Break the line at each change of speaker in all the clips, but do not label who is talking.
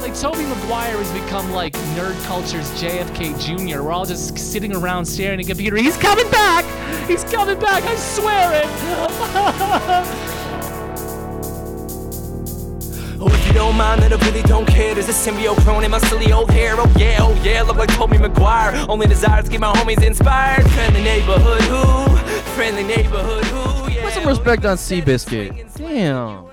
like Toby Maguire has become like nerd culture's JFK Jr. We're all just sitting around staring at a computer. He's coming back! He's coming back! I swear it!
Oh, if you don't mind, then I really don't care. There's a symbiote grown in my silly old hair. Oh, yeah, oh, yeah, look like Toby Maguire. Only desire to get my homies inspired. Friendly neighborhood, who? Friendly neighborhood, who? Yeah.
Put some respect on Seabiscuit. Damn.
And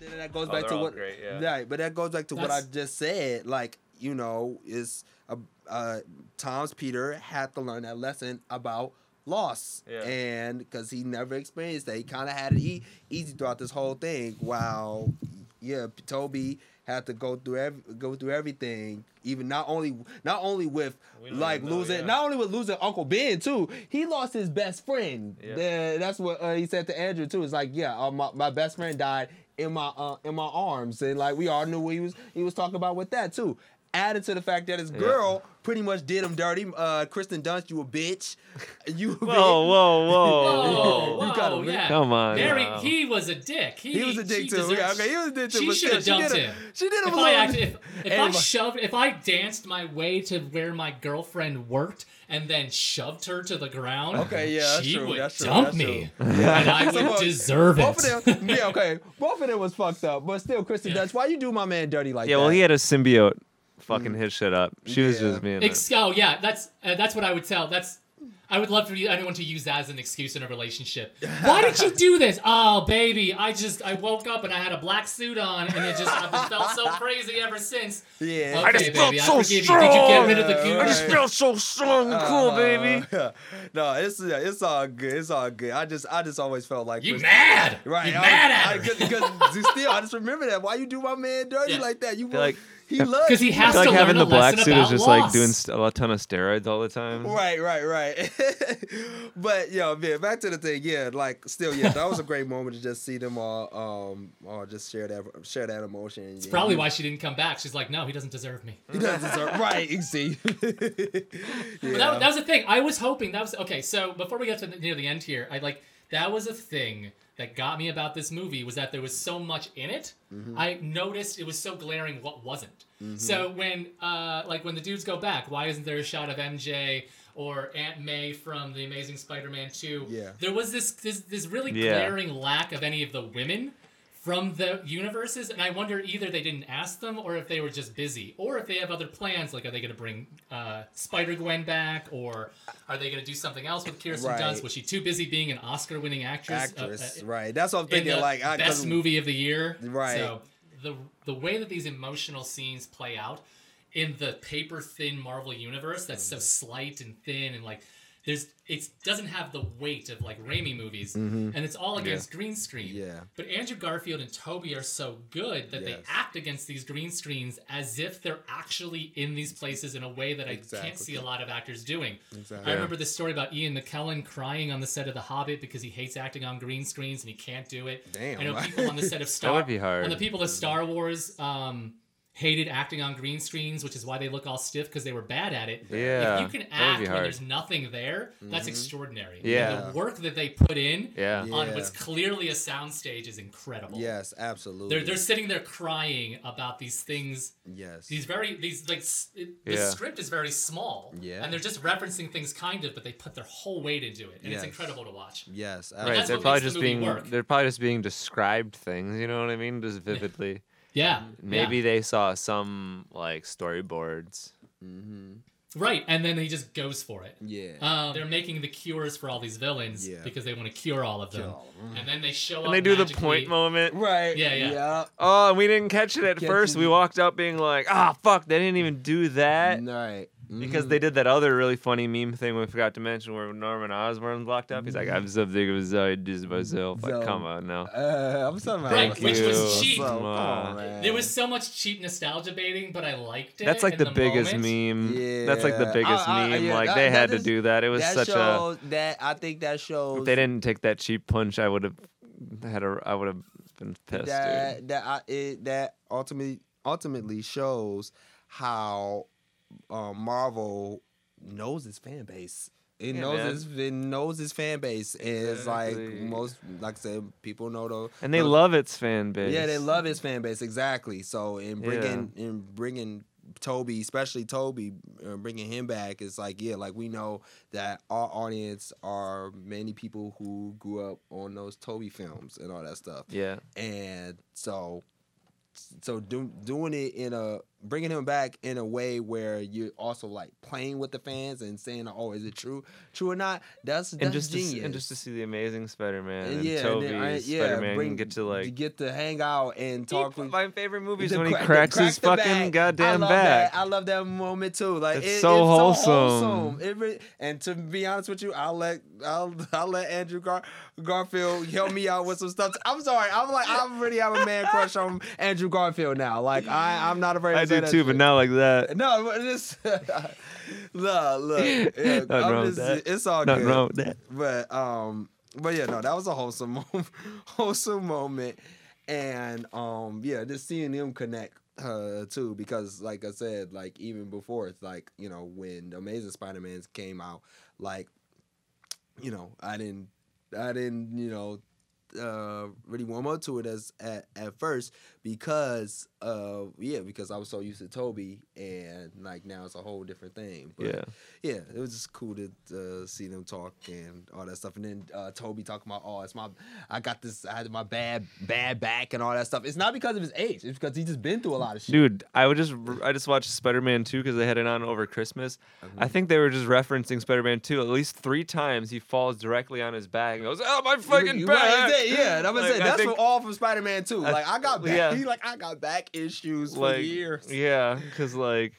then that goes
Oh,
back
they're
to
all
what
great, yeah.
right, but that goes back to what I
That's-
just said. Like, you know, is uh, uh, Tom's Peter had to learn that lesson about loss,
Yeah.
and because he never experienced that, he kind of had it e- easy throughout this whole thing. While yeah, Toby had to go through ev- go through everything, even not only not only with
We don't
like
even know,
losing,
yeah.
not only with losing Uncle Ben too. He lost his best friend.
Yeah.
Uh, that's what uh, he said to Andrew too. It's like, yeah, uh, my, my best friend died in my uh, in my arms, and like we all knew what he was he was talking about with that too. Added to the fact that his girl pretty much did him dirty. Uh, Kristen Dunst, you a bitch. You. a
Whoa,
bitch.
Oh, whoa, whoa.
Whoa,
You gotta
whoa,
re-
yeah.
Come on.
Very,
now.
he was a dick. He,
He was a dick
she
too.
deserved-
Yeah, okay, he was a dick too.
She
but
should have
still, she
dumped
did
him.
She did him
If
a
I,
little.
act- if, if I
Everybody-
shoved, if I danced my way to where my girlfriend worked and then shoved her to the ground,
Okay, yeah, that's
she
true,
would
that's true,
dump
that's
me,
true.
and I
So,
would
uh,
deserve
both
it.
of them, yeah, okay. Both of them was fucked up, but still, Kristen
Yeah.
Dunst, why you do my man dirty like
Yeah,
that?
well, he had a symbiote fucking his shit up. She was
Yeah.
just being. a-
Ex- oh yeah, that's uh, that's what I would tell. That's I would love for you- anyone to use that as an excuse in a relationship. Why did you do this? Oh baby, I just I woke up and I had a black suit on and it just I've just felt so crazy ever since.
Yeah.
Okay,
I
baby, I forgive you. Did you get rid of the
strong.
goo?
I just
felt so strong and cool, baby.
Uh, no, it's yeah, it's all good. It's all good. I just I just always felt like
you
Kristen-
mad?
Right.
You
I-
mad
I,
at her?
Because still, I just remember that. Why you do my man dirty
Yeah.
like that? You
Feel like-
he loves.
Because he
I
has
feel
to
like
learn
having
a
the black
lesson
suit
about
is just
loss.
like doing st- a ton of steroids all the time.
Right, right, right. but yo, man, back to the thing. Yeah, like still, yeah, that was a great moment to just see them all, um, all just share that, share that emotion.
It's probably why she didn't come back. She's like, no, he doesn't deserve me.
he doesn't deserve. Right, you see.
But that, that was the thing. I was hoping that was okay. So before we get to the, near the end here, I like that was a thing that got me about this movie was that there was so much in it. I noticed it was so glaring what wasn't. So when uh, like when the dudes go back, why isn't there a shot of MJ or Aunt May from The Amazing Spider-Man Two?
Yeah.
there was this this, this really
Yeah.
glaring lack of any of the women. From the universes, and I wonder either they didn't ask them, or if they were just busy, or if they have other plans. Like, are they going to bring uh, Spider Gwen back, or are they going to do something else with Kirsten
Right.
Dunst? Was she too busy being an Oscar-winning actress? uh,
Actress,
uh,
right? That's what I'm
in
thinking.
the
like, I, 'cause-
best movie of the year.
Right.
So the the way that these emotional scenes play out in the paper thin Marvel universe that's
Mm-hmm.
so slight and thin and like there's it doesn't have the weight of like Raimi movies and it's all against green screen.
Mm-hmm. Yeah.
But Andrew Garfield and Toby are so good that they
Yes.
act against these green screens as if they're actually in these places in a way that I can't
Exactly.
see a lot of actors doing.
Exactly.
I remember this story about Ian McKellen crying on the set of The Hobbit because he hates acting on green screens and he can't do it.
Damn.
I know people on the set of Star
would be hard.
On the people of Star Wars um, hated acting on green screens, which is why they look all stiff because they were bad at it.
Yeah,
If you can
that would
act
be
when
hard.
there's nothing there,
Mm-hmm.
that's extraordinary. And
Yeah.
the work that they put in
Yeah.
on
Yeah.
what's clearly a soundstage is incredible.
yes, absolutely.
They're, they're sitting there crying about these things
yes.
these very these like s- it- the
Yeah.
script is very small
Yeah.
and they're just referencing things kind of but they put their whole weight into it and
Yes.
it's incredible to watch
Yes,
Right,
that's
they're
what
probably
makes the
just
movie
being
work.
they're probably just being described things, you know what I mean? Just vividly.
yeah
Maybe
yeah.
they saw some like storyboards.
right and then he just goes for it
Yeah.
um, they're making the cures for all these villains
Yeah.
because they want to cure all of them
all
and then they show up
And they do the
magically-
point moment.
mm. right.
Yeah, yeah.
Oh, and we didn't catch it at
Catch
first.
it.
We walked out being like, ah, fuck, they didn't even do that.
Right. Mm. Mm-hmm.
Because they did that other really funny meme thing we forgot to mention where Norman Osborn's locked up. He's like, I'm so big of a this myself. Like,
So-
come on now.
Uh, I'm talking about
Right,
Elsa.
which was
Elsa,
cheap.
come on,
Uh,
man.
there was so much cheap nostalgia baiting but i liked it
That's like
in
the, biggest
moment.
meme. That's like the
Yeah.
biggest
I- I-
meme.
Ah, yeah,
like
that-
they
that
had to
is-
do that. It was
that
such a
shows that I think that shows
If they didn't take that cheap punch, I would have had a. I would have been pissed, dude.
that that I, it, that ultimately ultimately shows how uh, Marvel knows its fan base. It
Yeah,
knows
man.
his it knows his fan base. And it's like
Exactly.
most like I said, people know the
And they
know-
love its fan base.
Yeah, they love his fan base exactly. So in bringing in bringing Toby, especially Toby, uh, bringing him back, it's like yeah, like we know that our audience are many people who grew up on those Toby films and all that stuff.
Yeah.
and so so do, doing it in a bringing him back in a way where you're also like playing with the fans and saying, oh, is it true, true or not? That's that's
And just, to,
genius.
s- and just to see the amazing Spider-Man and,
And yeah,
Toby,
and then I- yeah,
Spider-Man
bring-
get to
you
like
get to hang out and talk with.
my favorite movies
the
when he
crack- the
cracks
crack
his
the
fucking
back. I
goddamn
love
back.
That. I love that moment too. Like
It's
it-
so
it's
wholesome.
wholesome. It re- and to be honest with you, I'll let I'll, I'll let Andrew Gar- Garfield help me out with some stuff. I'm sorry. I'm like I already have a man crush on Andrew Garfield now. Like I I'm not afraid. To
I
say
do
that
too,
shit.
but not like that.
No, but just no, look. Yeah,
Nothing
I'm
wrong with
just,
that.
It's all
Nothing
good.
wrong with that.
But um, but yeah, no, that was a wholesome, moment, wholesome moment, and um, yeah, just seeing them connect uh too because like I said, like even before it's like you know when Amazing Spider-Man's came out, like you know I didn't, I didn't you know uh really warm up to it as at, at first because uh yeah because I was so used to Toby and like now it's a whole different thing but
Yeah.
yeah, it was just cool to uh, see them talk and all that stuff. And then uh, Toby talking about, oh, it's my, I got this, I had my bad, bad back and all that stuff. It's not because of his age. It's because he's just been through a lot of shit.
Dude, I would just I just watched Spider-Man 2 cuz they had it on over Christmas.
Mm-hmm.
I think they were just referencing Spider-Man 2 at least 3 times he falls directly on his back and goes, "Oh, my fucking
You- you
back."
right, yeah, yeah, that's what I'm
Like,
saying.
I
That's
think-
from all from Spider Man too.
I-
Like I got back,
yeah.
he like I got back issues for
like
years.
yeah, cuz like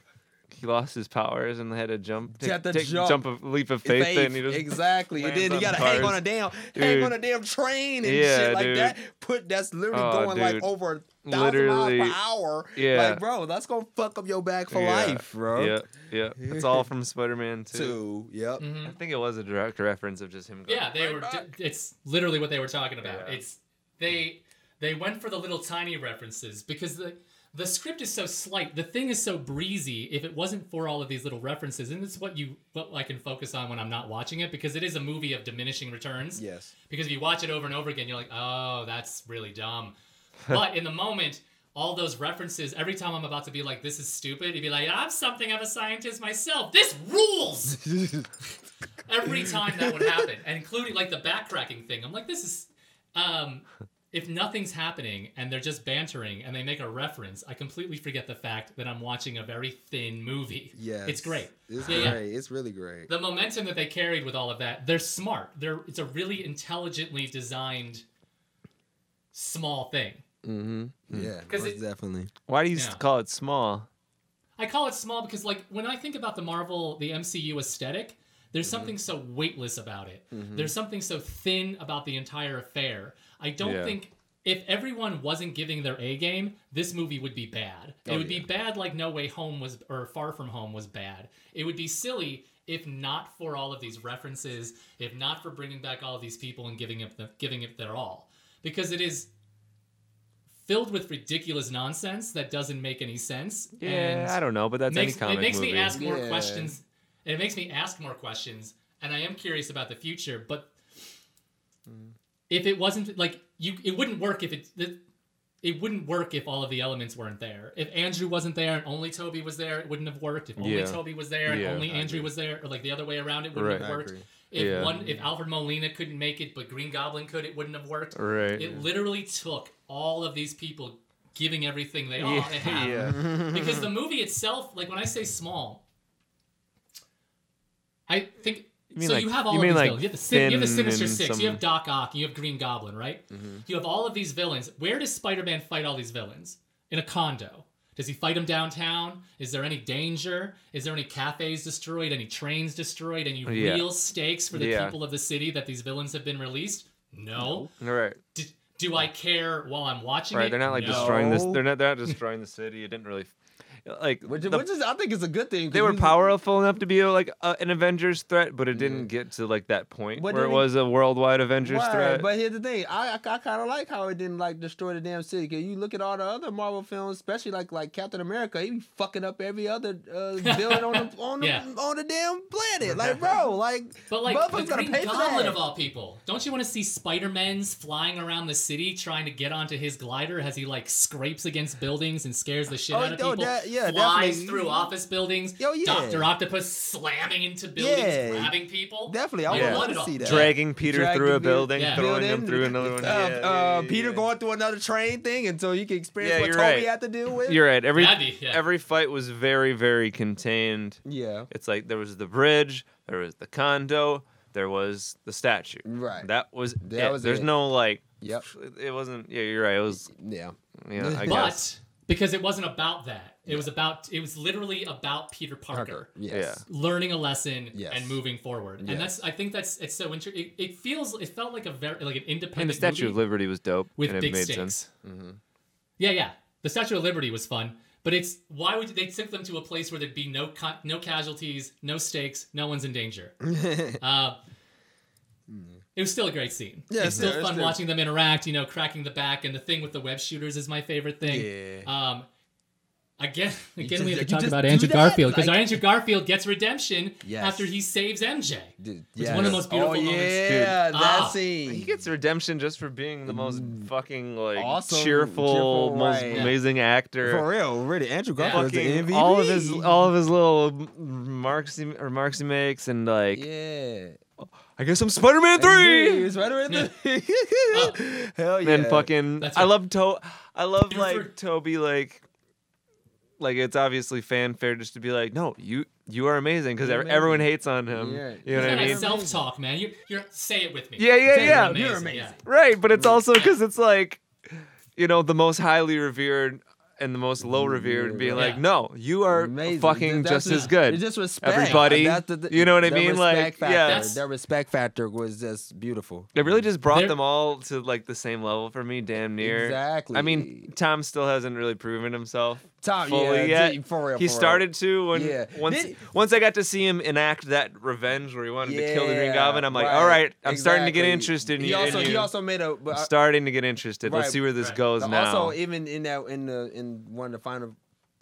he lost his powers and had to jump,
He
take,
had to
take-
jump.
jump. a leap of faith,
Faith,
and he just
exactly, and
lands
then you
on
gotta hang
cars.
on a damn, hang
Dude.
on a damn train and
Yeah,
shit like
dude.
that. Put that's literally
Oh,
going like
dude.
over a thousand
Literally.
miles per hour.
Yeah.
like bro, that's gonna fuck up your back for
Yeah,
life, bro.
Yeah, yeah. It's all from Spider-Man 2.
Two. Yep.
Mm.
I think it was a direct reference of just him going.
Yeah, they
"My
were.
back."
It's literally what they were talking about.
Yeah.
It's they they went for the little tiny references because the the script is so slight. The thing is so breezy. If it wasn't for all of these little references, and this is what you what I can focus on when I'm not watching it because it is a movie of diminishing returns.
Yes.
Because if you watch it over and over again, you're like, oh, that's really dumb. But in the moment, all those references, every time I'm about to be like, this is stupid, you'd be like, I'm something of a scientist myself. This rules! every time that would happen, and including like the backtracking thing. I'm like, this is. Um, if nothing's happening and they're just bantering and they make a reference, I completely forget the fact that I'm watching a very thin movie.
Yes.
It's great.
It's
Yeah, yeah
great. It's really great.
the momentum that they carried with all of that they're smart they're it's a really intelligently designed small thing
Mm-hmm. yeah.
'Cause
Most
it-
definitely.
Why do you s-
Yeah.
call it small?
i call it small because like when i think about the marvel the mcu aesthetic
Mm-hmm.
there's something so weightless about it there's something so thin about the entire affair i don't
Yeah.
think if everyone wasn't giving their a game this movie would be bad
Oh,
it would be bad like no way home was or far from home was bad it would be silly if not for all of these references if not for bringing back all of these people and giving it the, giving it their all because it is filled with ridiculous nonsense that doesn't make any sense
Yeah,
and
I don't know, but that's
makes,
any comic
it makes
movie.
me ask more
Yeah.
questions it makes me ask more questions and i am curious about the future but
Hmm.
if it wasn't like you it wouldn't work if it the- it wouldn't work if all of the elements weren't there. If Andrew wasn't there and only Toby was there, it wouldn't have worked. If only
Yeah.
Toby was there and
Yeah,
only
I
Andrew was there, or like the other way around, it wouldn't
Right.
have
I
worked.
agree.
If
Yeah.
one, if Alfred Molina couldn't make it, but Green Goblin could, it wouldn't have worked.
Right.
It literally took all of these people giving everything they all
Yeah,
they have
yeah.
because the movie itself, like when I say small, I think
mean
so.
like-
you have all
you
of
mean
these
like
villains. You have the, Sin- you have the
thin
Sinister
and
Six.
some- Mm-hmm.
You have Doc Ock. You have Green Goblin. Right. You have all of these villains. Where does Spider-Man fight all these villains? In a condo. Does he fight them downtown? Is there any danger? Is there any cafes destroyed? Any trains destroyed? Any
Yeah.
real stakes for the
Yeah.
people of the city that these villains have been released? No.
Right.
D- do I care while I'm watching
Right.
it?
They're not like
No.
destroying this.
No.
They're not. They're not destroying the city. It didn't really. like
Which,
the-
which is, I think, it's a good thing. 'cause
they were
you-
powerful enough to be like a, an Avengers threat, but it didn't get to like that point
But
where it
then it-
was a worldwide Avengers
Word,
threat.
But here's the thing, I I, kind of like how it didn't like destroy the damn city. Cause you look at all the other Marvel films, especially like like Captain America, he be fucking up every other uh, building on the on the,
Yeah.
on the damn planet. Like bro, like
But like
motherfuckers
the
gotta
Green
pay for that.
Goblin of all people, don't you want to see Spider Man's flying around the city trying to get onto his glider as he like scrapes against buildings and scares the shit
Oh,
out of
no,
people?
that- yeah,
flies
definitely.
through office buildings.
Yo, yeah.
Doctor Octopus slamming into buildings,
Yeah.
grabbing people.
Definitely, I
You
would
want
love
it
to
all.
see that.
Dragging Peter
Dragging
through a
Peter-
building,
Yeah.
throwing him
Building.
through another one.
Uh,
Oh, Yeah,
uh,
yeah, yeah,
Peter
yeah.
going through another train thing until you can experience
Yeah,
what
you're
Toby
right.
had to deal with.
You're right. Every
That'd be- yeah.
every fight was very very contained.
yeah,
It's like there was the bridge, there was the condo, there was the statue.
Right.
That was
That
it.
was
There's
it.
no like.
Yep.
It wasn't. Yeah, you're right. It was.
yeah.
Yeah, I
but
guess.
because it wasn't about that, it was about it was literally about Peter Parker.
Yes.
learning a lesson
Yes.
and moving forward.
Yes.
And that's I think that's it's so interesting. It, it feels it felt like a very like an
I mean,
independent
the Statue
movie
of Liberty was dope,
with
and it
big
made
stakes.
sense.
Mm-hmm.
Yeah, yeah. The Statue of Liberty was fun, but it's why would they took them to a place where there'd be no co- no casualties, no stakes, no one's in danger. uh, it was still a great scene.
Yeah,
it's still
it's-
fun
it's-
watching them interact. You know, cracking the back and the thing with the web shooters is my favorite thing.
Yeah.
Um, again, again,
just-
we have to
you
talk
just
about
do
Andrew
that?
Garfield because
Like-
Andrew Garfield gets redemption
Yes.
after he saves MJ.
Dude,
It's one of the most beautiful
oh, yeah,
moments.
that
Ah.
scene.
He gets redemption just for being the most fucking like
Mm. Awesome,
cheerful,
cheerful,
most
right.
amazing actor.
For real, really. Andrew Garfield's an
Fucking
MVP.
all of his all of his little marks he, or marks he makes and like
yeah.
I guess I'm Spider Man three.
It's right around
Yeah.
there. Hell Oh, yeah.
And fucking
That's
I
right.
love to I
You're
love
for-
like Toby like like it's obviously fanfare just to be like no you you are amazing because
You're amazing.
everyone hates on him.
Yeah.
You know
It's
what
not
I
a
mean?
self-
self talk, man. You you're say it with me.
Yeah, yeah,
Say
yeah.
You're
Yeah.
amazing.
Right, but it's
Mm.
also because it's like, you know, the most highly revered and the most low revered being like,
Yeah.
no, you are
Amazing.
fucking
That's
just as good.
It's just respect.
Everybody,
That's
you know what I
the
mean? Like,
respect
yeah.
factor.
That's-
That respect factor was just beautiful.
It really just brought
There-
them all to like the same level for me, damn near. I mean,
Exactly.
Tom still hasn't really proven himself
Tom,
fully
yeah,
yet.
d- for real.
he
for real.
started to when
Yeah.
once
Did-
once I got to see him enact that revenge where he wanted to kill the Green
Yeah,
Goblin. I'm like,
right,
all right, I'm starting to get
exactly.
interested in
he
you.
Also,
in
he
you.
also made a. but
I'm
I-
starting to get interested. Let's
Right,
see where this
right.
goes
But
now.
Also, even in that in the in one of the final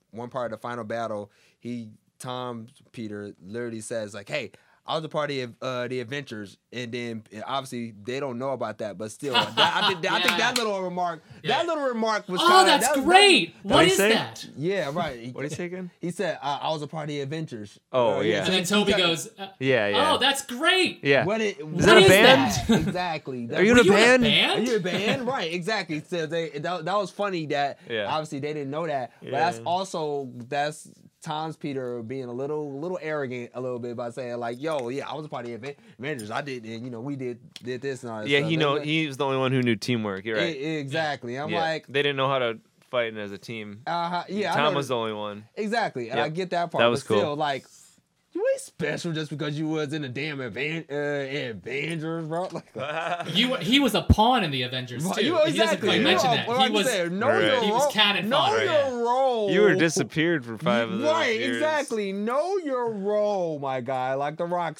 one part of the final battle, he Tom Peter literally says like, "Hey." I was a part of uh, the adventures, and then and obviously they don't know about that, but still, that, I, think, I think
Yeah.
that little remark,
Yeah.
that little remark was.
Oh,
kinda-
that's
that was-
great. What
he
is
say?
that?
yeah, right. He,
what do you say again?
he said, I, "I was a part of the adventures."
Oh,
Uh,
yeah.
And
so
then
he
Toby
kinda-
goes, uh,
Yeah, yeah.
"Oh, that's great."
yeah.
"What it, what
that a band?
that?" exactly. That-
Are you in
Were
a
you
band?
in a
Are
band?
you a band? right, exactly. So they that, that was funny that
Yeah.
obviously they didn't know that. But that's
Yeah.
also that's Tom's Peter being a little little arrogant a little bit by saying like, yo, yeah, I was a part of the Avengers. I did and you know, we did did this and all that
Yeah,
stuff.
he
And
know
then-
he was the only one who knew teamwork. You're right.
E- exactly. I'm
Yeah.
like
they didn't know how to fight as a team.
uh, yeah, I
Tom
know-
was the only one.
exactly. And I
Yep.
get that part.
That was
but
cool.
still like you ain't special just because you was in the damn Avan- uh, Avengers, bro. Like,
You he was a pawn in the Avengers too.
you,
He doesn't
exactly.
quite
you
mention
are-
that.
what I'm
He was
saying, know
Right.
your
He
was
role-
cat and
know
fodder, yeah.
your role.
You were disappeared for five of those
Right,
years.
exactly. Know your role, my guy. Like The Rock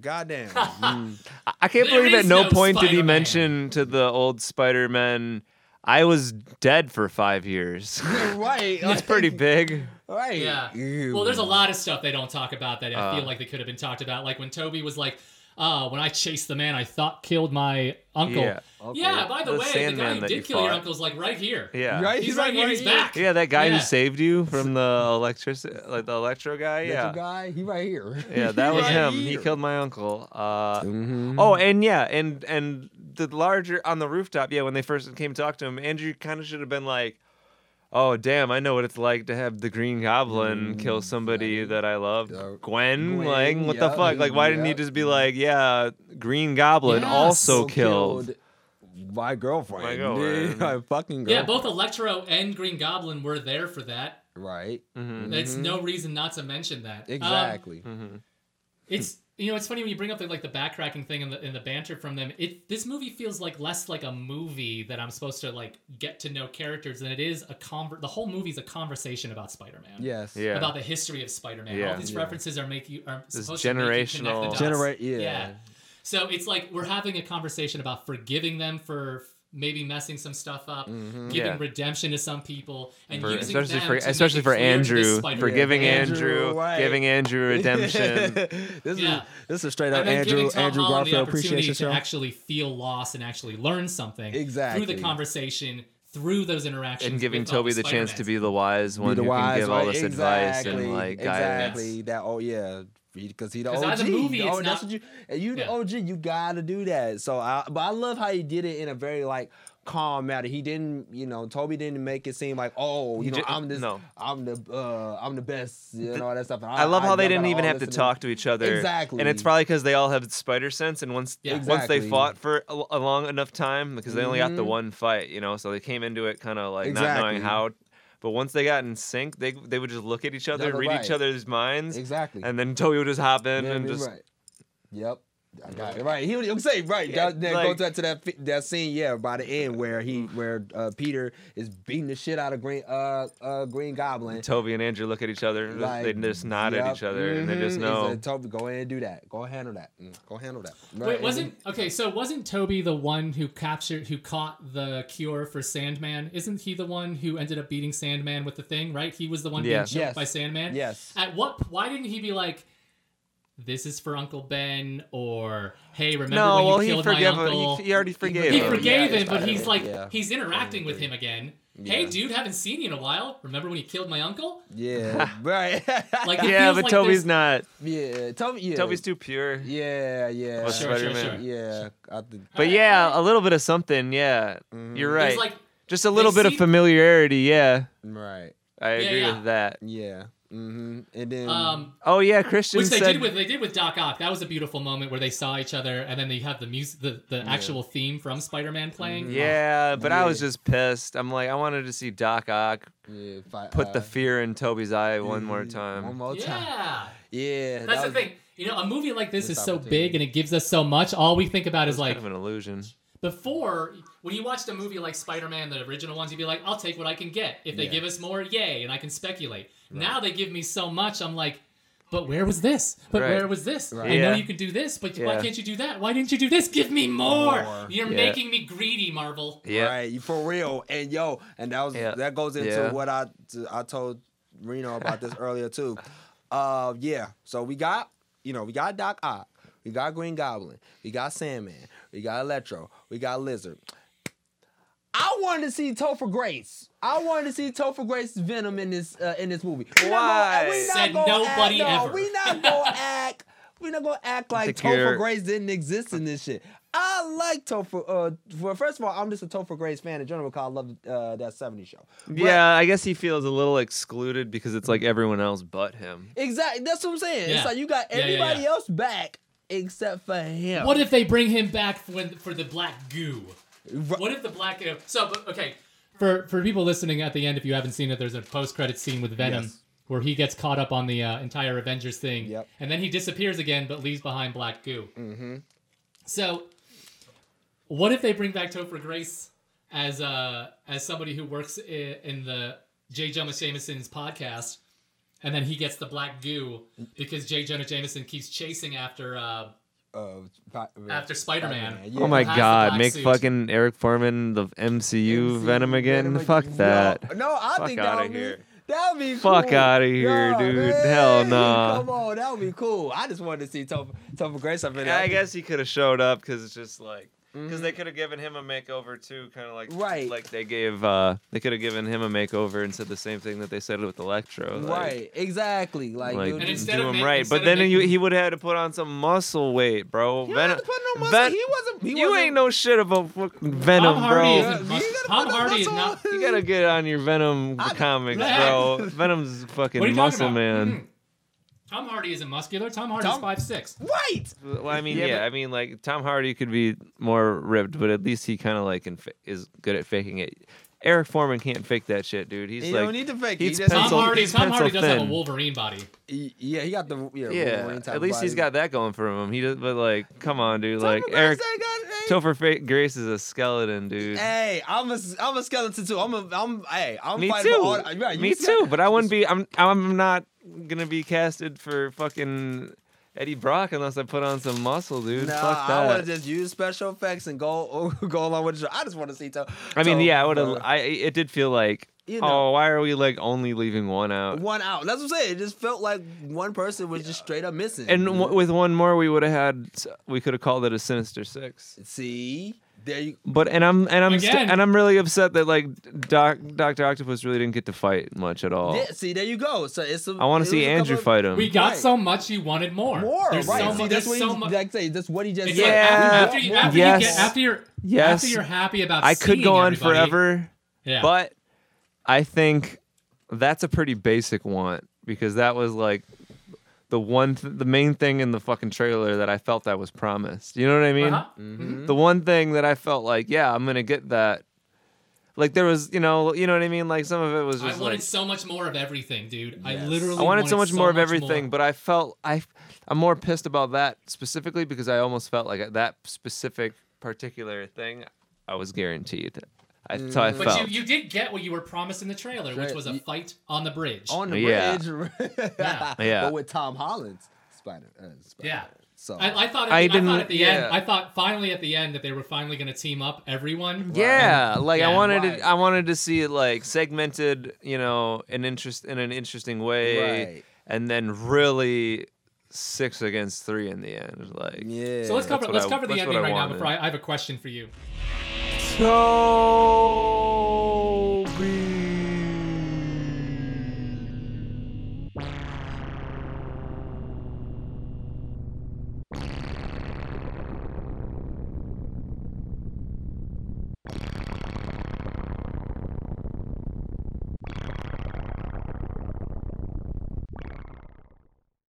goddamn. Mm.
I- I can't
There
believe at
is
no,
no
point did he
Spider-Man.
mention to the old Spider-Man, "I was dead for five years."
right,
That's
like,
pretty big.
right.
Yeah.
Ew.
Well, there's a lot of stuff they don't talk about that I
Uh.
feel like they could have been talked about. Like when Toby was like, uh, when I chased the man I thought killed my uncle.
Yeah.
Yeah,
Okay.
by the,
The
way, the
Sandman
guy who
that you
did kill your
fought.
uncle's like right here.
Yeah.
Right,
He's, right, here, he's back.
Yeah, that guy who
Yeah.
saved you from the electricity, like the electro guy.
Little
Yeah.
guy, he right here.
Yeah, that
He
was
right
him. He
here.
killed my uncle. Uh,
Mhm.
Oh, and yeah, and and the larger on the rooftop. Yeah, when they first came to talk to him, Andrew kind of should have been like, "Oh, damn, I know what it's like to have the Green Goblin kill somebody that I love,
Yeah.
Mm, Gwen,
Gwen,
Like, what the
yeah,
fuck? Like, why didn't he
yeah.
just be like, "Yeah, Green Goblin
Yeah,
also killed."
my girlfriend.
My girlfriend.
my fucking girlfriend.
Yeah, both Electro and Green Goblin were there for that.
Right.
Mm-hmm.
Mm-hmm.
That's no reason not to mention that. Um,
Exactly.
it's you know, it's funny when you bring up the, like the backtracking thing and the, and the banter from them. It this movie feels like less like a movie that I'm supposed to like get to know characters than it is a conver. The whole movie's a conversation about Spider-Man.
Yes.
Yeah.
About the history of Spider-Man.
Yeah.
All these
Yeah.
references are make you are
This
supposed to make you connect the
generational-
dots.
Generate- yeah.
So it's like we're having a conversation about forgiving them for f- maybe messing some stuff up, giving
Mm-hmm. Yeah.
redemption to some people, and
For-
using
especially
them
for
to make
especially
it
for
clear to this
Andrew,
Spider-Man.
for giving Andrew,
Andrew, right.
giving Andrew redemption.
this
Yeah.
is this is straight up
and then
Andrew
giving Tom
Andrew
Holland
Garfield
the opportunity
appreciation
to
show.
actually feel loss and actually learn something through
Exactly.
the conversation, through those interactions,
and giving
with
Toby
other
the chance to
Spider-Mans.
be the wise
Be
one
the
who
wise,
can give all
right?
this advice
Exactly,
and like guidance.
exactly that. Oh yeah, because he the
'Cause
OG.
out of the movie,
oh,
it's not-
that's what you. And you the
Yeah.
OG, you gotta do that. So, I, but I love how he did it in a very like calm manner. He didn't, you know, Toby didn't make it seem like, oh, you
He
know,
ju-
I'm this,
no.
I'm the, uh, I'm the best, you know, all that stuff. And
I love how they
y'all
didn't
gotta
even
all
have to
listen
talk to each other. And it's
Exactly.
probably because they all have spider sense, and once
Yeah.
once they
Exactly. Mm-hmm.
fought for a, a long enough time, because they only got the one fight, you know, so they came into it kind of like not knowing
Exactly.
how. But once they got in sync, they they would just look at each other,
Y'all are
read each
right.
other's minds,
Exactly.
and then Toby would just hop in
Yeah,
and
you're
just
right. Yep. I got it right. He would say right.
Yeah,
that, that
like- Mm-hmm.
goes up to that fi- that scene, yeah, by the end where he where uh, Peter is beating the shit out of Green uh uh Green Goblin.
Toby and Andrew look at each other. just- they
Like,
just nod at
yep,
each other, and they
mhm.
just
He
know.
said, Toby, go ahead and do that. Go handle that. Mm, Go handle that.
Wait, wasn't okay? So wasn't Toby the one who captured, who caught the cure for Sandman? Isn't he the one who ended up beating Sandman with the thing? Right? He was the one
Yes.
being choked
Yes.
by Sandman.
Yes.
At what? Why didn't he be like, "This is for Uncle Ben," or "Hey, remember
No,
when
well,
you
he
killed my
forgave him.
uncle?"
He, he already forgave
he
him.
forgave
Yeah,
him, but he's like
yeah.
he's interacting with him again. Hey, dude, haven't seen you in a while. Remember when you killed my uncle?
Yeah, right.
Like, it
Yeah,
feels
but
like
Toby's
there's-
not.
yeah, Toby. Yeah.
Toby's too pure.
Yeah, yeah,
Well,
Sure, sure,
Spider-Man.
sure.
yeah. I think-
But yeah, a little bit of something. Yeah, you're right.
There's Mm-hmm. like,
Just a little bit of
see-
familiarity. Yeah,
right.
I
Yeah,
agree
yeah.
with that.
Yeah. Mm-hmm. And then
um,
Oh yeah, Christian
Which they
said.
did with they did with Doc Ock. That was a beautiful moment where they saw each other, and then they have the music, the, the actual theme from Spider Man playing.
yeah, but I was
Yeah.
just pissed. I'm like, I wanted to see Doc Ock
yeah, if I,
put
uh,
the fear in Toby's eye one more
mm,
Mhm.
time.
oh
One more time.
yeah.
Yeah.
That's
that
the
was-
thing. You know, a movie like this
Missed
is so
opportunity.
big and it gives us so much. All we think about is
It's
like
kind of an illusion.
before when you watched a movie like Spider-Man, the original ones, you'd be like, "I'll take what I can get. If they
Yeah.
give us more, yay!" And I can speculate. Now they give me so much, I'm like, "But where was this? But
Right.
where was this?
Right.
I know
Yeah.
you can do this, but why
Yeah.
can't you do that? Why didn't you do this? Give me more!
More.
You're
Yeah.
making me greedy, Marvel."
Yeah,
Right, you- for real. And yo, and that was
Yeah.
that goes into
Yeah.
what I I told Reno about this earlier too. Uh, yeah. So we got you know we got Doc Ock, we got Green Goblin, we got Sandman, we got Electro, we got Lizard. I wanted to see Topher Grace. I wanted to see Topher Grace's Venom in this uh, in this movie. We not
Why?
gonna- we not
Said
gonna
nobody
act, no,
ever.
We not gonna act. We not gonna act like
think
Topher
you're-
Grace didn't exist in this shit. I like Topher. Uh, well, first of all, I'm just a Topher Grace fan in general because I love uh, that '70s show.
yeah. I guess he feels a little excluded because it's like everyone else but him.
Exactly. That's what I'm saying.
Yeah.
It's like you got
Yeah, yeah,
everybody
yeah.
else back except for him.
What if they bring him back when for the black goo?
Ru-
What if the black goo? So but- okay, for for people listening at the end, if you haven't seen it, there's a post credit scene with Venom
Yes.
where he gets caught up on the uh, entire Avengers thing,
Yep.
and then he disappears again, but leaves behind black goo. Mm-hmm. So, what if they bring back Topher Grace as uh as somebody who works in, in the J. Jonah Jameson's podcast? And then he gets the black goo because J. Jonah Jameson keeps chasing after uh,
Uh, fi-
after Spider-Man.
yeah.
Oh my
Has the
god,
black
make
suit.
fucking Eric Foreman the MCU
MC
Venom again? Fuck
No,
that.
No, I
Fuck
think
outta
that would be
here.
that would be
Fuck
cool.
outta here,
Yeah,
dude.
man,
Hell nah.
Come on, that would be cool. I just wanted to see Topher, Topher Grace up in
Yeah,
there.
I guess he could have showed up because it's just like because they could have given him a makeover too, kind of like
Mm-hmm. Right.
like they gave uh they could have given him a makeover and said the same thing that they said with Electro, like,
Right, exactly. Like,
Like,
dude,
And
do
instead of
him
ma-
right,
instead
but
of
then
making-
you, he would have had to put on some muscle weight, bro.
He
Venom,
wasn't putting no muscle.
Ven-
he wasn't. He
you
wasn't,
ain't no shit about fucking Venom,
Tom
bro.
Hardy isn't
Yeah,
mus-
you gotta
Tom
put that
Hardy is
muscle
not.
on.
You gotta get on your Venom comics, bro. Venom's
What are
fucking
you
muscle
talking about? Mm-hmm.
man.
Tom Hardy isn't muscular. Tom Hardy's
Tom-
five six.
Right.
Well, I mean, yeah,
Yeah, but-
I mean, like Tom Hardy could be more ripped, but at least he kind of like can fa- is good at faking it. Eric Foreman can't fake that shit, dude. He's
He
like
don't need to fake it.
He's
He doesn't-
Tom
pencil,
Hardy.
he's
Tom Hardy
pencil
does have a
thin.
Wolverine body.
He- yeah, he got the yeah.
Yeah,
Wolverine type
at least
of
he's
body.
got that going for him. He does, but like, come on, dude.
Topher
Like
Grace
Eric
ain't got- ain't-
Topher Fa- Grace is a skeleton, dude.
Hey, I'm a I'm a skeleton too. I'm a I'm hey I'm
Me
fighting
too.
for all. Right, you
Me
said-
too. But I wouldn't be. I'm. I'm not gonna be casted for fucking Eddie Brock unless I put on some muscle, dude.
Nah,
Fuck
I would
that.
have just used special effects and go go along with the show. I just want to see. To,
I mean,
to-
yeah, I would have.
uh,
I it did feel like,
You
oh,
know.
why are we like only leaving one out?
one out. That's what I'm saying. It just felt like one person was just straight up missing.
And w-
Mm-hmm.
with one more, we would have had. We could have called it a Sinister Six.
see, there you.
But and I'm and I'm st-
Again.
and I'm really upset that like Doc Doctor Octopus really didn't get to fight much at all.
Yeah, see, there you go. So it's. a-
Oh. I want
it
to see
was a
Andrew
couple of-
fight him.
We got
Right.
so much. You wanted more.
More,
There's
right?
So much.
see, that's
There's
what
so
he,
much.
like, say, that's what he just
It's
said.
like after, after you,
More-
after
Yes.
you get after you're
Yes.
after you're happy about.
I could
seeing
go on
everybody-
forever,
Yeah.
but I think that's a pretty basic want because that was like the one, th- the main thing in the fucking trailer that I felt that was promised. You know what I mean? mm,
Uh-huh.
The one thing that I felt like, yeah, I'm gonna get that. Like there was, you know, you know what I mean. Like some of it was
I
just
wanted
like
so much more of everything, dude. I
Yes.
literally
I wanted so much more of everything, but I felt I I'm more pissed about that specifically because I almost felt like that specific particular thing I was guaranteed. I, that's how I
Mm. But
felt.
you, you did get what you were promised in the trailer, which
Right.
was a
You-
fight on the bridge.
on the
Yeah.
bridge.
Yeah.
Yeah.
But with Tom Holland's Spider. Uh, Spider
Yeah.
So
I, I thought at the,
I
I,
didn't-
thought at the
yeah.
end I thought finally at the end that they were finally gonna team up everyone.
yeah, like I
Yeah.
wanted
Right.
it, I wanted to see it like segmented, you know, an interest in an interesting way,
Right.
and then really six against three in the end. Like
yeah.
So let's cover
what
let's
I-
cover the
that's
ending
what I
right now
wanted.
before I, I have a question for you.
so